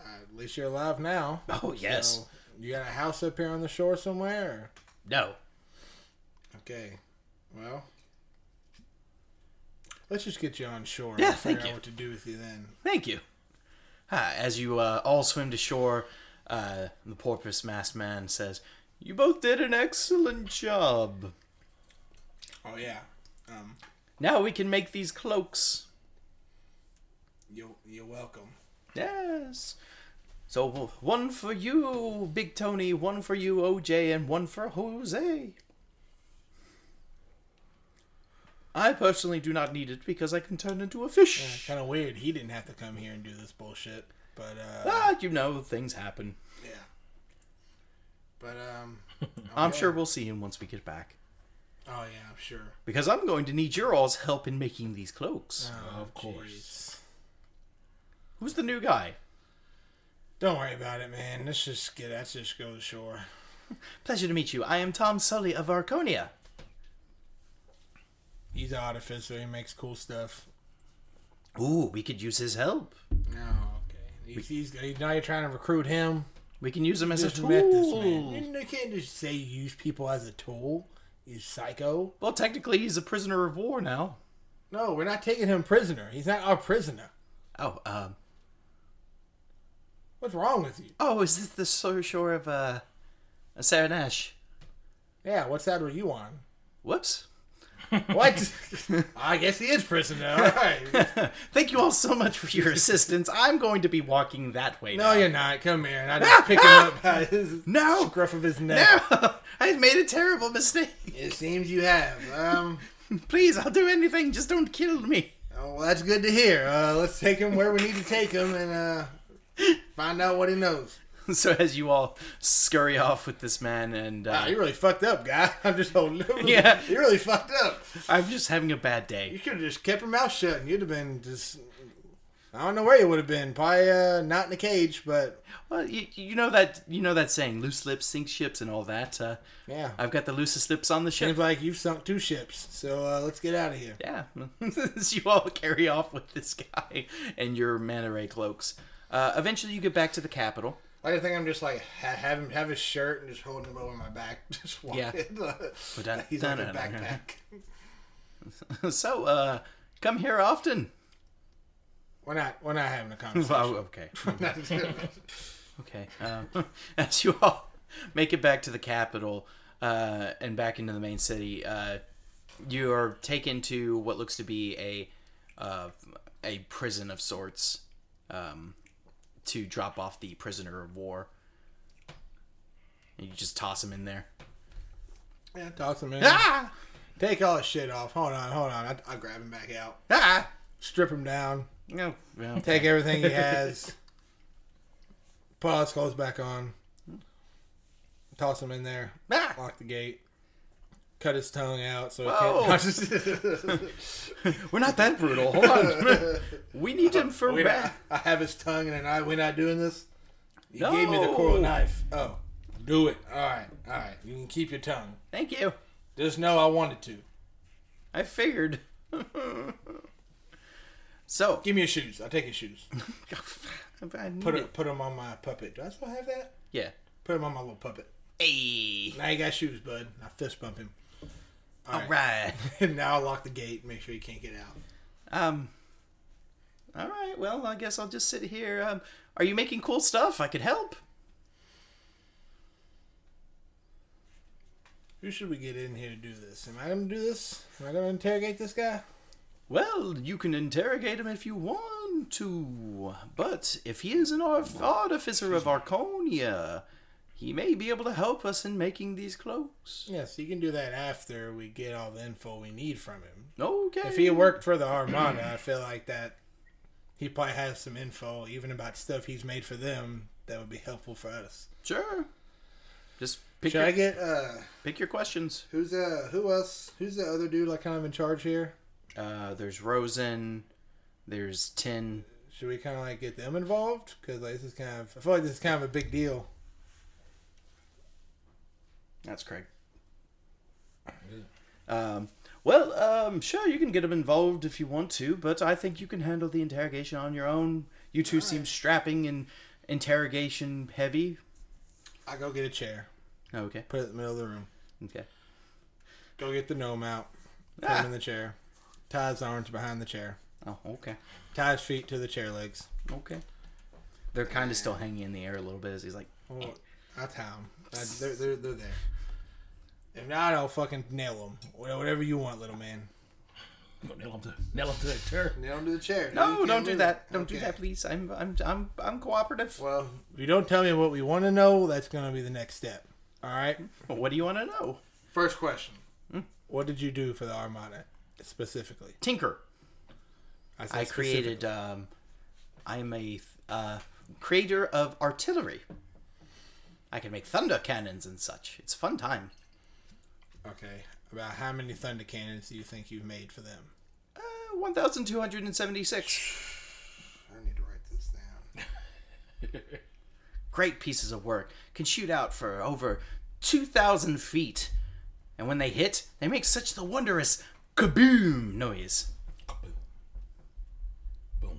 S5: at least you're alive now.
S1: Oh yes,
S5: So, you got a house up here on the shore somewhere.
S1: no.
S5: Okay. Well, let's just get you on shore.
S1: Yeah,
S5: and figure
S1: thank
S5: out
S1: you.
S5: What to do with you then?
S1: Thank you. Ah, as you uh, all swim to shore, uh, the porpoise masked man says, "You both did an excellent job.
S5: Oh yeah. Um,
S1: Now we can make these cloaks."
S5: you you're welcome.
S1: Yes. So w- one for you, Big Tony, one for you, OJ, and one for Jose. I personally do not need it because I can turn into a fish.
S5: Kind of weird. He didn't have to come here and do this bullshit, but uh,
S1: Ah, you know, things happen.
S5: yeah. But um,
S1: I'm sure we'll see him once we get back.
S5: oh yeah, I'm sure.
S1: Because I'm going to need your all's help in making these cloaks.
S5: Oh, of course.
S1: Who's the new guy?
S5: Don't worry about it, man. Let's just get. Let's just go to shore.
S1: Pleasure to meet you. I am Tom Sully of Arconia.
S5: He's an artificer. He makes cool stuff.
S1: Ooh, we could use his help.
S5: No, okay. He's, he's, he's- now you're trying to recruit him.
S1: We can use him as a
S5: Just
S1: tool.
S5: met this man. You know, You can't just say you use people as a tool. He's psycho.
S1: Well, technically, he's a prisoner of war now.
S5: No, we're not taking him prisoner. He's not our prisoner.
S1: Oh, um,
S5: What's wrong with you?
S1: Oh, is this the so- shore of uh, uh, Saranash?
S5: Yeah, what side were you on?
S1: Whoops.
S5: What? I guess he is prisoner. All right.
S1: Thank you all so much for your assistance. I'm going to be walking that way.
S5: No, you're not. Come here. And I just pick him up by his
S1: No.
S5: scruff of his neck.
S1: No, I've made a terrible mistake.
S2: It seems you have. Um,
S1: Please, I'll do anything. Just don't kill me.
S2: oh, well, that's good to hear. Uh, let's take him where we need to take him and uh, find out what he knows.
S1: So as you all scurry off with this man, and
S2: Wow,
S1: uh,
S2: you really fucked up, guy. I'm just holding him.
S1: Yeah.
S2: You really fucked up.
S1: I'm just having a bad
S2: You
S1: day.
S2: could have just kept your mouth shut and you'd have been just. I don't know where you would have been. Probably uh, not in a cage, but
S1: Well, you, you know that you know that saying, "Loose lips sink ships" and all that. Uh,
S5: Yeah.
S1: I've got the loosest lips on the
S5: Seems
S1: ship.
S5: like you've sunk two ships. So uh, let's get out of here.
S1: Yeah, as you all carry off with this guy and your manta ray cloaks. Uh, eventually, you get back to the capital.
S2: like I think I'm just like ha- have him have his shirt and just holding him over my back, just walking.
S1: Yeah. dun-
S2: He's on a
S1: dun- dun- dun.
S2: backpack.
S1: so, uh, come here often.
S5: We're not. We're not having a conversation.
S1: Oh, okay, okay. Um, as you all make it back to the capital uh, and back into the main city, uh, you are taken to what looks to be a uh, a prison of sorts um, to drop off the prisoner of war. And you just toss him in there.
S5: yeah, toss him in.
S1: Ah!
S5: Take all his shit off. Hold on. Hold on. I, I'll grab him back out.
S1: Ah!
S5: Strip him down.
S1: No. no.
S5: Take everything he has. Put all his clothes back on. Toss him in there.
S1: Ah!
S5: Lock the gate. Cut his tongue out so he
S1: Whoa.
S5: can't.
S1: We're not that brutal. Hold on. we need him for
S5: Wait, I,
S1: rest.
S5: I have his tongue and an eye. We're not doing this. You
S1: No.
S5: gave me the coral knife. Oh, do it. All right, all right. You can keep your tongue.
S1: Thank you.
S5: Just know I wanted to.
S1: I figured. so,
S5: Give me your shoes. I'll take your shoes.
S1: I need
S5: Put
S1: it.
S5: it, put them on my puppet. Do I still have that?
S1: Yeah.
S5: Put them on my little puppet.
S1: Hey.
S5: Now you got shoes, bud. I fist bump him.
S1: All right.
S5: And now I lock the gate. Make sure he can't get out.
S1: Um. All right. Well, I guess I'll just sit here. Um. Are you making cool stuff? I could help.
S5: Who should we get in here to do this? Am I gonna do this? Am I gonna interrogate this guy?
S1: Well, you can interrogate him if you want to, but if he is an arf- artificer of Arconia, he may be able to help us in making these cloaks.
S5: Yes, you can do that after we get all the info we need from him.
S1: Okay.
S5: If he worked for the Armada, I feel like that he probably has some info, even about stuff he's made for them, that would be helpful for us.
S1: Sure. Just pick
S2: Should
S1: your,
S2: I get uh
S1: pick your questions.
S2: who's uh who else who's the other dude like kind of in charge here?
S1: Uh, there's Rosen. There's ten.
S2: Should we kind of like get them involved? Because like this is kind of, I feel like this is kind of a big deal.
S1: That's Craig. Um, well, um, sure, you can get them involved if you want to, but I think you can handle the interrogation on your own. You two seem strapping and interrogation heavy. Oh,
S2: I go get a chair,
S1: Okay.
S2: put it in the middle of the room.
S1: Okay.
S2: Go get the gnome out, put
S1: Ah.
S2: him in the chair, tie his arms behind the chair,
S1: Oh, okay.
S2: tie his feet to the chair legs.
S1: Okay. They're kind of still hanging in the air a little bit as he's like,
S2: Well, I tie them. they're, they're, they're there. If not, I'll fucking nail them. Whatever you want, little man.
S4: Go nail him to nail him to that chair.
S5: Nail him to the chair. you
S1: "No,
S5: can't
S1: don't do
S5: move.
S1: that. Don't do
S5: Okay.
S1: that, please. I'm, I'm, I'm, I'm cooperative.
S5: Well,
S2: If you don't tell me what we want to know, that's going to be the next step. All right?
S1: What do you want to know?
S5: first question.
S1: Hmm.
S2: What did you do for the Armada specifically?
S1: Tinker.
S2: said
S1: I
S2: specifically.
S1: created. Um, I'm a th- uh, creator of artillery. I can make thunder cannons and such. It's a fun time.
S2: Okay. About how many thunder cannons do you think you've made for them?
S1: Uh, One thousand two hundred and seventy-six.
S5: I need to write this down.
S1: Great pieces of work. Can shoot out for over two thousand feet, and when they hit, they make such the wondrous kaboom noise.
S4: Boom.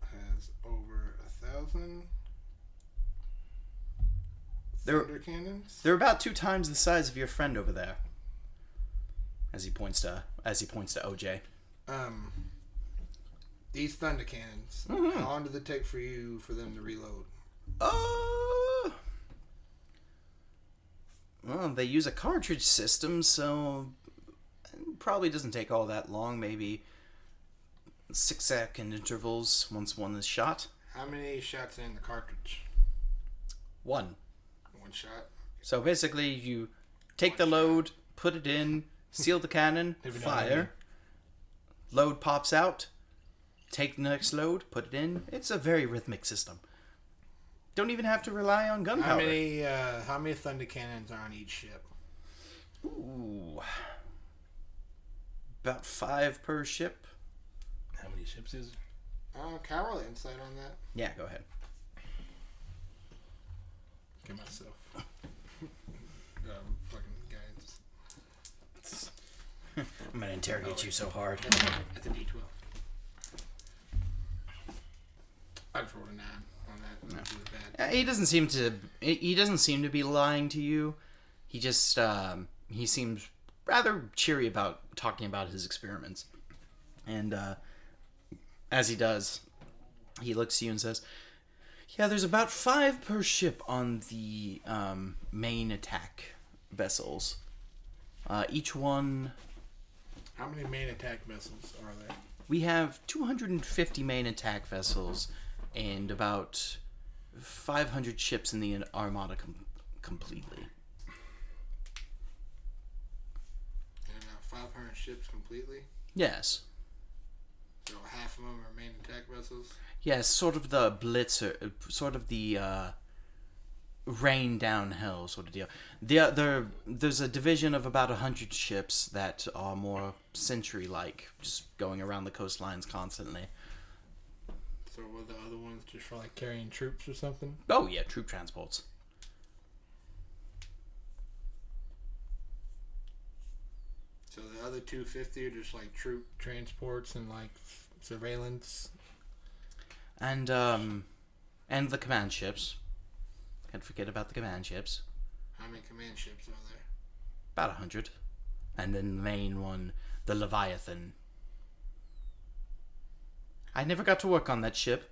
S5: Has over a thousand
S1: They're
S5: thunder cannons.
S1: They're about two times the size of your friend over there. As he points to as he points to OJ.
S5: Um, these thunder cannons. How long did it take for you for them to reload?
S1: Uh, well, they use a cartridge system, so it probably doesn't take all that long. Maybe six second intervals once one is shot.
S5: How many shots in the cartridge?
S1: One.
S5: One shot.
S1: So basically, you take the load, put it in, seal the cannon,
S2: If you know what I mean.
S1: fire. Load pops out. Take the next load, put it in. It's a very rhythmic system. Don't even have to rely on gunpowder.
S5: How many? Uh, how many thunder cannons are on each ship?
S1: Ooh. About five per ship.
S4: How many ships is it?
S5: Uh, can I roll an insight on that?
S1: Yeah, go ahead.
S5: Get myself. um, fucking guidance.
S1: I'm gonna interrogate you so hard.
S5: That's a D twelve. I just rolled a nine on that. Not really bad.
S1: Uh, He doesn't seem to. He he doesn't seem to be lying to you. He just. Um, he seems rather cheery about talking about his experiments, and uh, as he does, he looks at you and says, "Yeah, there's about five per ship on the um, main attack vessels. Uh, each one
S2: How many main attack missiles are there?
S1: we have 250 main attack vessels and about 500 ships in the armada com- completely.
S5: And about five hundred ships completely.
S1: Yes.
S5: So half of them are main attack vessels.
S1: Yes, sort of the blitzer, sort of the uh, rain down hell sort of deal. There, there, there's a division of about hundred ships that are more century-like, just going around the coastlines constantly.
S2: So were the other ones just for like carrying troops or something?
S1: Oh yeah, troop transports.
S5: So the other two fifty are just like troop.
S2: Transports and like f- surveillance.
S1: and um, and the command ships. Can't forget about the command ships.
S5: How many command ships are there?
S1: About a hundred, and then the main one, the Leviathan. I never got to work on that ship.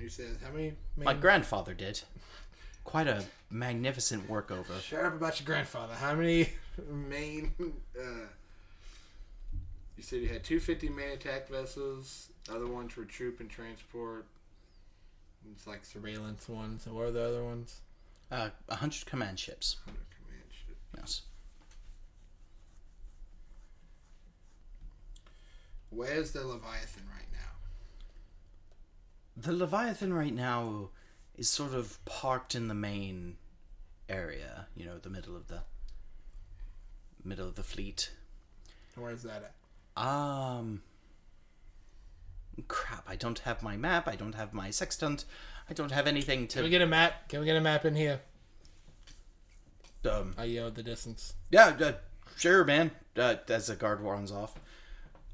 S5: You said how
S2: How
S5: many?
S2: many? Main...
S1: My grandfather did. Quite a magnificent workover.
S2: Shut up about your grandfather. How many?
S5: main. Uh, you said you had 250 main attack vessels. The other ones were troop and transport. It's like surveillance
S2: Surveillance ones. And what are the other ones?
S1: Uh, a hundred command ships.
S5: under command ship.
S1: Yes.
S5: Where's the Leviathan right now?
S1: The Leviathan right now is sort of parked in the main area. You know, the middle of the middle of the fleet.
S2: And Where's that at?
S1: Um, crap, I don't have my map, I don't have my sextant, I don't have anything
S5: Can we
S1: to.
S5: get a map? Can we get a map in here?
S1: Um,
S5: I yelled the distance.
S1: yeah, uh, sure, man. Uh, as the guard runs off.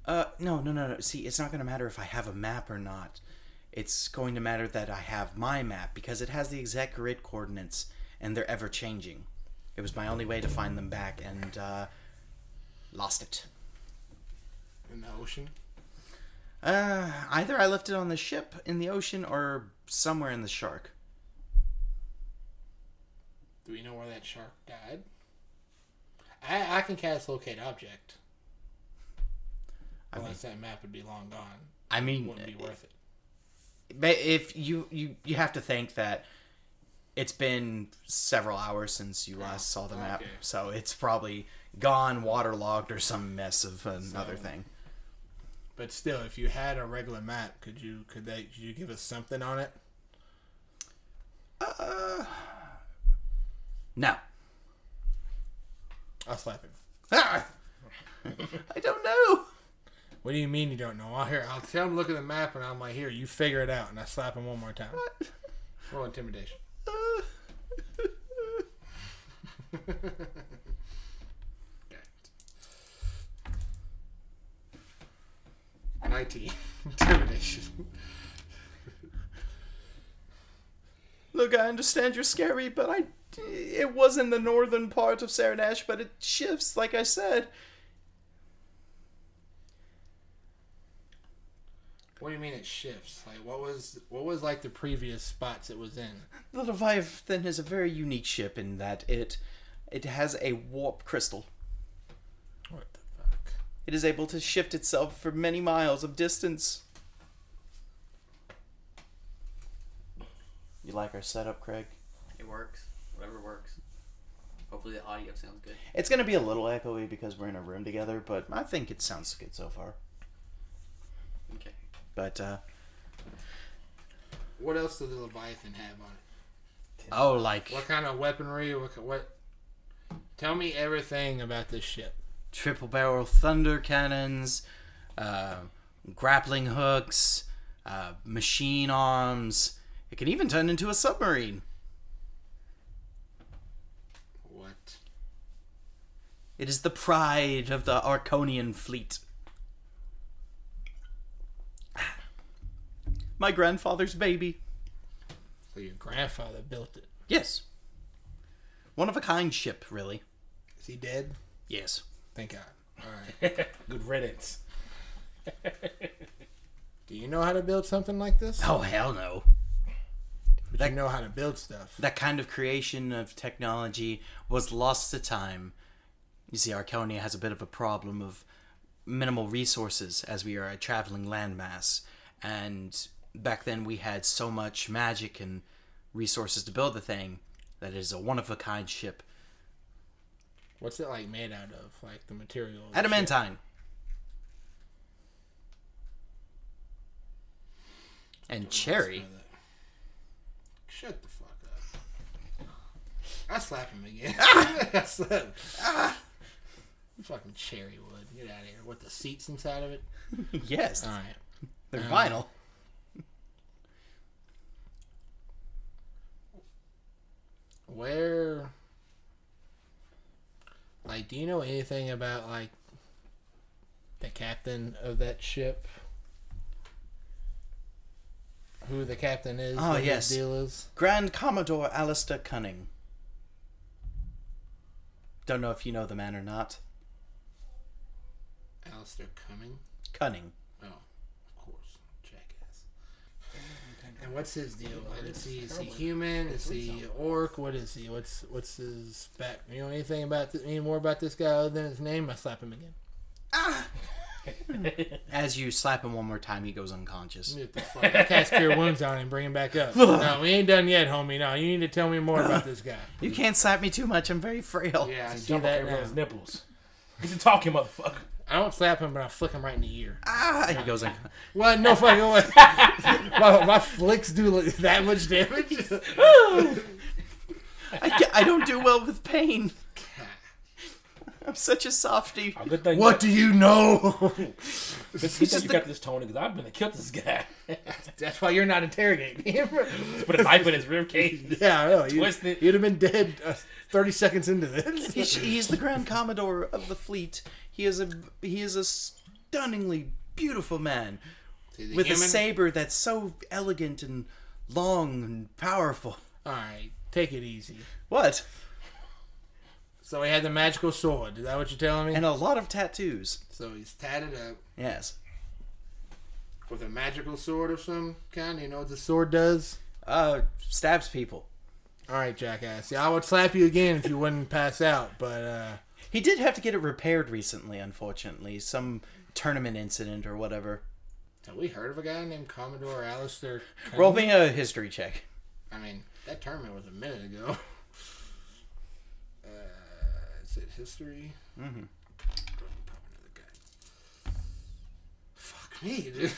S1: Uh, no, no, no, no. See, it's not going to matter if I have a map or not. It's going to matter that I have my map because it has the exact grid coordinates and they're ever changing. It was my only way to find them back and uh, lost it.
S2: in the ocean.
S1: Uh, either I left it on the ship in the ocean or somewhere in the shark.
S5: Do we know where that shark died? I I can cast locate object.
S1: I mean-
S5: Unless that map would be long gone.
S1: I mean,
S5: Wouldn't be worth it.
S1: But if you you you have to think that it's been several hours since you last saw the map,
S5: Oh, okay.
S1: so it's probably gone, waterlogged, or some mess of another
S5: So-
S1: thing.
S5: But still, if you had a regular map, could you could that could you give us something on it?
S1: No,
S5: I'll slap him.
S1: Ah! I don't know.
S5: What do you mean you don't know? I'll hear I'll tell him look at the map and I'm like, here, you figure it out and I slap him one more time. Roll intimidation.
S1: Uh,
S2: Nineteen intimidation.
S1: Look, I understand you're scary, but I it was in the northern part of Saranash, but it shifts, like I said.
S5: What do you mean it shifts? Like what was what was like the previous spots it was in?
S1: The Leviathan is a very unique ship in that it it has a warp crystal.
S5: What the fuck?
S1: It is able to shift itself for many miles of distance. You like our setup, Craig?
S6: It works. Whatever works. Hopefully the audio sounds good.
S1: It's gonna be a little echoey because we're in a room together, but I think it sounds good so far.
S6: Okay.
S1: But uh
S5: What else does the Leviathan have on it?
S1: oh, like
S5: What kind of weaponry? What what? Tell me everything about this ship.
S1: triple barrel thunder cannons, uh, grappling hooks, uh, machine arms. It can even turn into a submarine.
S5: What?
S1: It is the pride of the Arconian fleet. My grandfather's baby.
S5: So your grandfather built it.
S1: Yes. One of a kind ship, really.
S5: Is he dead?
S1: Yes.
S5: Thank God. All right. Good riddance. Do you know how to build something like this?
S1: Oh, hell no.
S5: But you know how to build stuff.
S1: That kind of creation of technology was lost to time. You see, Arconia has a bit of a problem of minimal resources as we are a traveling landmass. And back then we had so much magic and resources to build the thing that it is a one of a kind ship.
S5: What's it like made out of? Like the material. of the ship?
S1: Adamantine. And cherry.
S5: Shut the fuck up. I slap him again. I slap him. Ah! Fucking cherry wood. Get out of here. With the seats inside of it?
S1: yes,
S5: All right. Um,
S1: they're vinyl.
S5: Where. Like, do you know anything about, like, the captain of that ship? Who the captain is?
S1: Oh,
S5: what his
S1: yes.
S5: deal is?
S1: Grand Commodore Alistair Cunning. Don't know if you know the man or not.
S5: Alistair Cumming?
S1: Cunning.
S5: Oh, of course, jackass. And what's his deal? Like, is he is he human? Is he orc? What is he? What's what's his back? You know anything about this, any more about this guy other than his name? I slap him again.
S1: As you slap him one more time, he goes unconscious.
S5: Get the fuck- I cast cure wounds on him. Bring him back up. no, we ain't done yet, homie. No, you need to tell me more about this guy.
S1: You can't slap me too much. I'm very frail.
S5: Yeah, I do
S4: Jump
S5: that
S4: over
S5: now.
S4: his nipples. Get to talking, motherfucker.
S5: I don't slap him, but I flick him right in the ear.
S1: Ah, he goes. Unc-
S5: What? No fucking way. my, my flicks do like that much damage.
S1: I, ca- I don't do well with pain. such a softy.
S4: Oh, good thing.
S2: What do you know?
S4: Good, good thing you got this, Tony, because I've been to kill this guy.
S5: That's why you're not interrogating me.
S4: Put a knife in his rib cage.
S2: yeah, I know.
S4: Twist it.
S2: You'd have been dead uh, 30 seconds into this.
S1: He, sh- he is the Grand Commodore of the fleet. He is a he is a stunningly beautiful man with a saber that's so elegant and long and powerful.
S5: All right, take it easy.
S1: What?
S5: So he had the magical sword. Is that what you're telling me?
S1: And a lot of tattoos.
S5: so he's tatted up
S1: Yes.
S5: with a magical sword of some kind. You know what the sword does?
S1: Uh, stabs people.
S5: All right, jackass. Yeah, I would slap you again if you wouldn't pass out. But uh,
S1: He did have to get it repaired recently, unfortunately. Some tournament incident or whatever.
S5: have we heard of a guy named Commodore Alistair? Coon?
S1: Roll me a history check.
S5: I mean, that tournament was a minute ago. Uh, is it history?
S1: Mhm.
S5: Let me pop another guy. Fuck me, dude.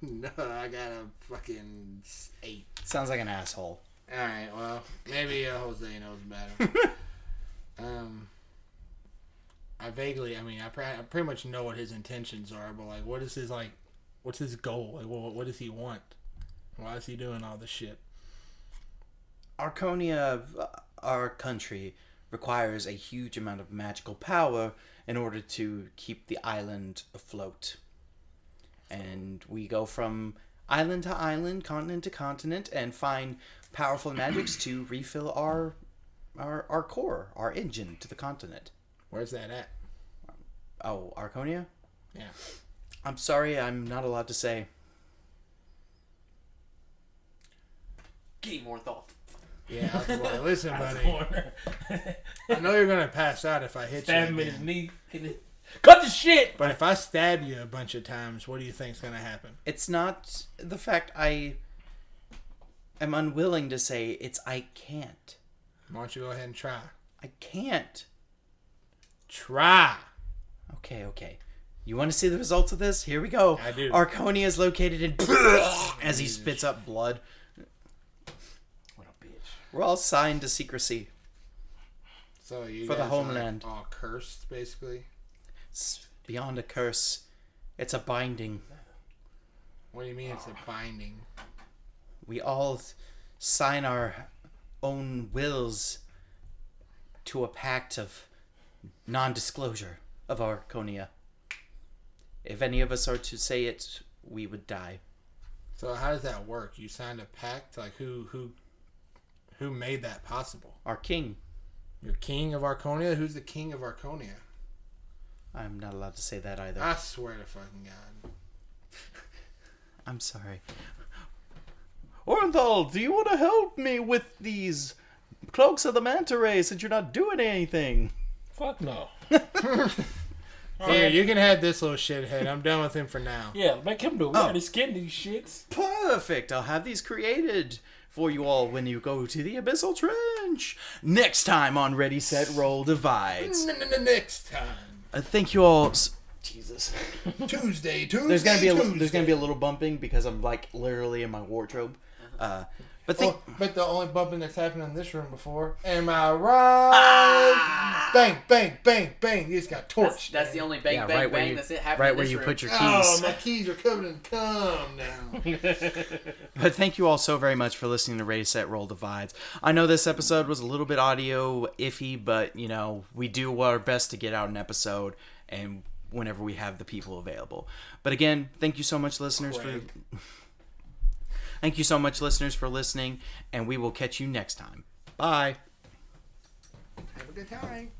S5: no, I got a fucking eight.
S1: Sounds like an asshole.
S5: All right, well, maybe uh, Jose knows better. um, I vaguely, I mean, I, pra- I pretty much know what his intentions are, but like, what is his like? What's his goal? Like, what, what does he want? Why is he doing all this shit?
S1: Arconia, uh, our country, requires a huge amount of magical power in order to keep the island afloat. And we go from island to island, continent to continent, and find powerful magics to refill our our our core, our engine to the continent.
S5: Where's that at?
S1: Oh, Arconia?
S5: Yeah.
S1: I'm sorry, I'm not allowed to say.
S6: Getting more thought.
S5: Yeah, well, listen, buddy.
S4: Corner.
S5: I know you're gonna pass out if I hit
S4: Stab him
S5: you,
S4: in his
S5: again,
S4: knee. hitting it. Cut the shit.
S5: but if I stab you a bunch of times, what do you think's gonna happen?
S1: It's not the fact I am unwilling to say, it's I can't.
S5: Why don't you go ahead and try?
S1: I can't.
S5: Try.
S1: Okay, okay. You want to see the results of this? Here we go.
S5: I do.
S1: Arconia is located in as he spits up blood.
S4: What a bitch.
S1: We're all signed to secrecy.
S5: So you
S1: For the
S5: guys are, like,
S1: homeland.
S5: all cursed, basically.
S1: It's beyond a curse. It's a binding.
S5: What do you mean it's a binding?
S1: We all sign our own wills to a pact of non-disclosure of Arconia. If any of us are to say it, we would die.
S5: So how does that work? You signed a pact. Like who who who made that possible?
S1: Our king.
S5: Your king of Arconia. Who's the king of Arconia?
S1: I'm not allowed to say that either.
S5: I swear to fucking god.
S1: I'm sorry. Orenthal, do you want to help me with these cloaks of the manta ray since you're not doing anything?
S4: Fuck no.
S5: Here, you can have this little shithead. I'm done with him for now.
S4: Yeah, make him do it. We already skinned these shits.
S1: Perfect. I'll have these created for you all when you go to the Abyssal Trench. Next time on Ready, Set, Roll Divides.
S5: Next time,
S1: Uh, thank you all. s- Jesus.
S5: Tuesday, Tuesday.
S1: There's gonna be a li-
S5: Tuesday.
S1: there's gonna be a little bumping because I'm like literally in my wardrobe. Uh, but thank
S5: Oh, but the only bumping that's happened in this room before. Am I right? Bang, bang, bang, bang. You just got torched.
S6: That's, that's the
S5: man.
S6: only bang
S7: yeah,
S6: bang
S7: right where
S6: bang
S7: you
S6: that's it happening.
S7: right
S6: in
S7: where
S6: this
S7: you
S6: room.
S7: put your keys.
S5: Oh, my keys are covered in cum now.
S1: But thank you all so very much for listening to Ready Set Roll Divides. I know this episode was a little bit audio iffy, but you know, we do our best to get out an episode and whenever we have the people available. But again, thank you so much listeners for Thank you so much listeners for listening and we will catch you next time. Bye.
S5: Have a good time.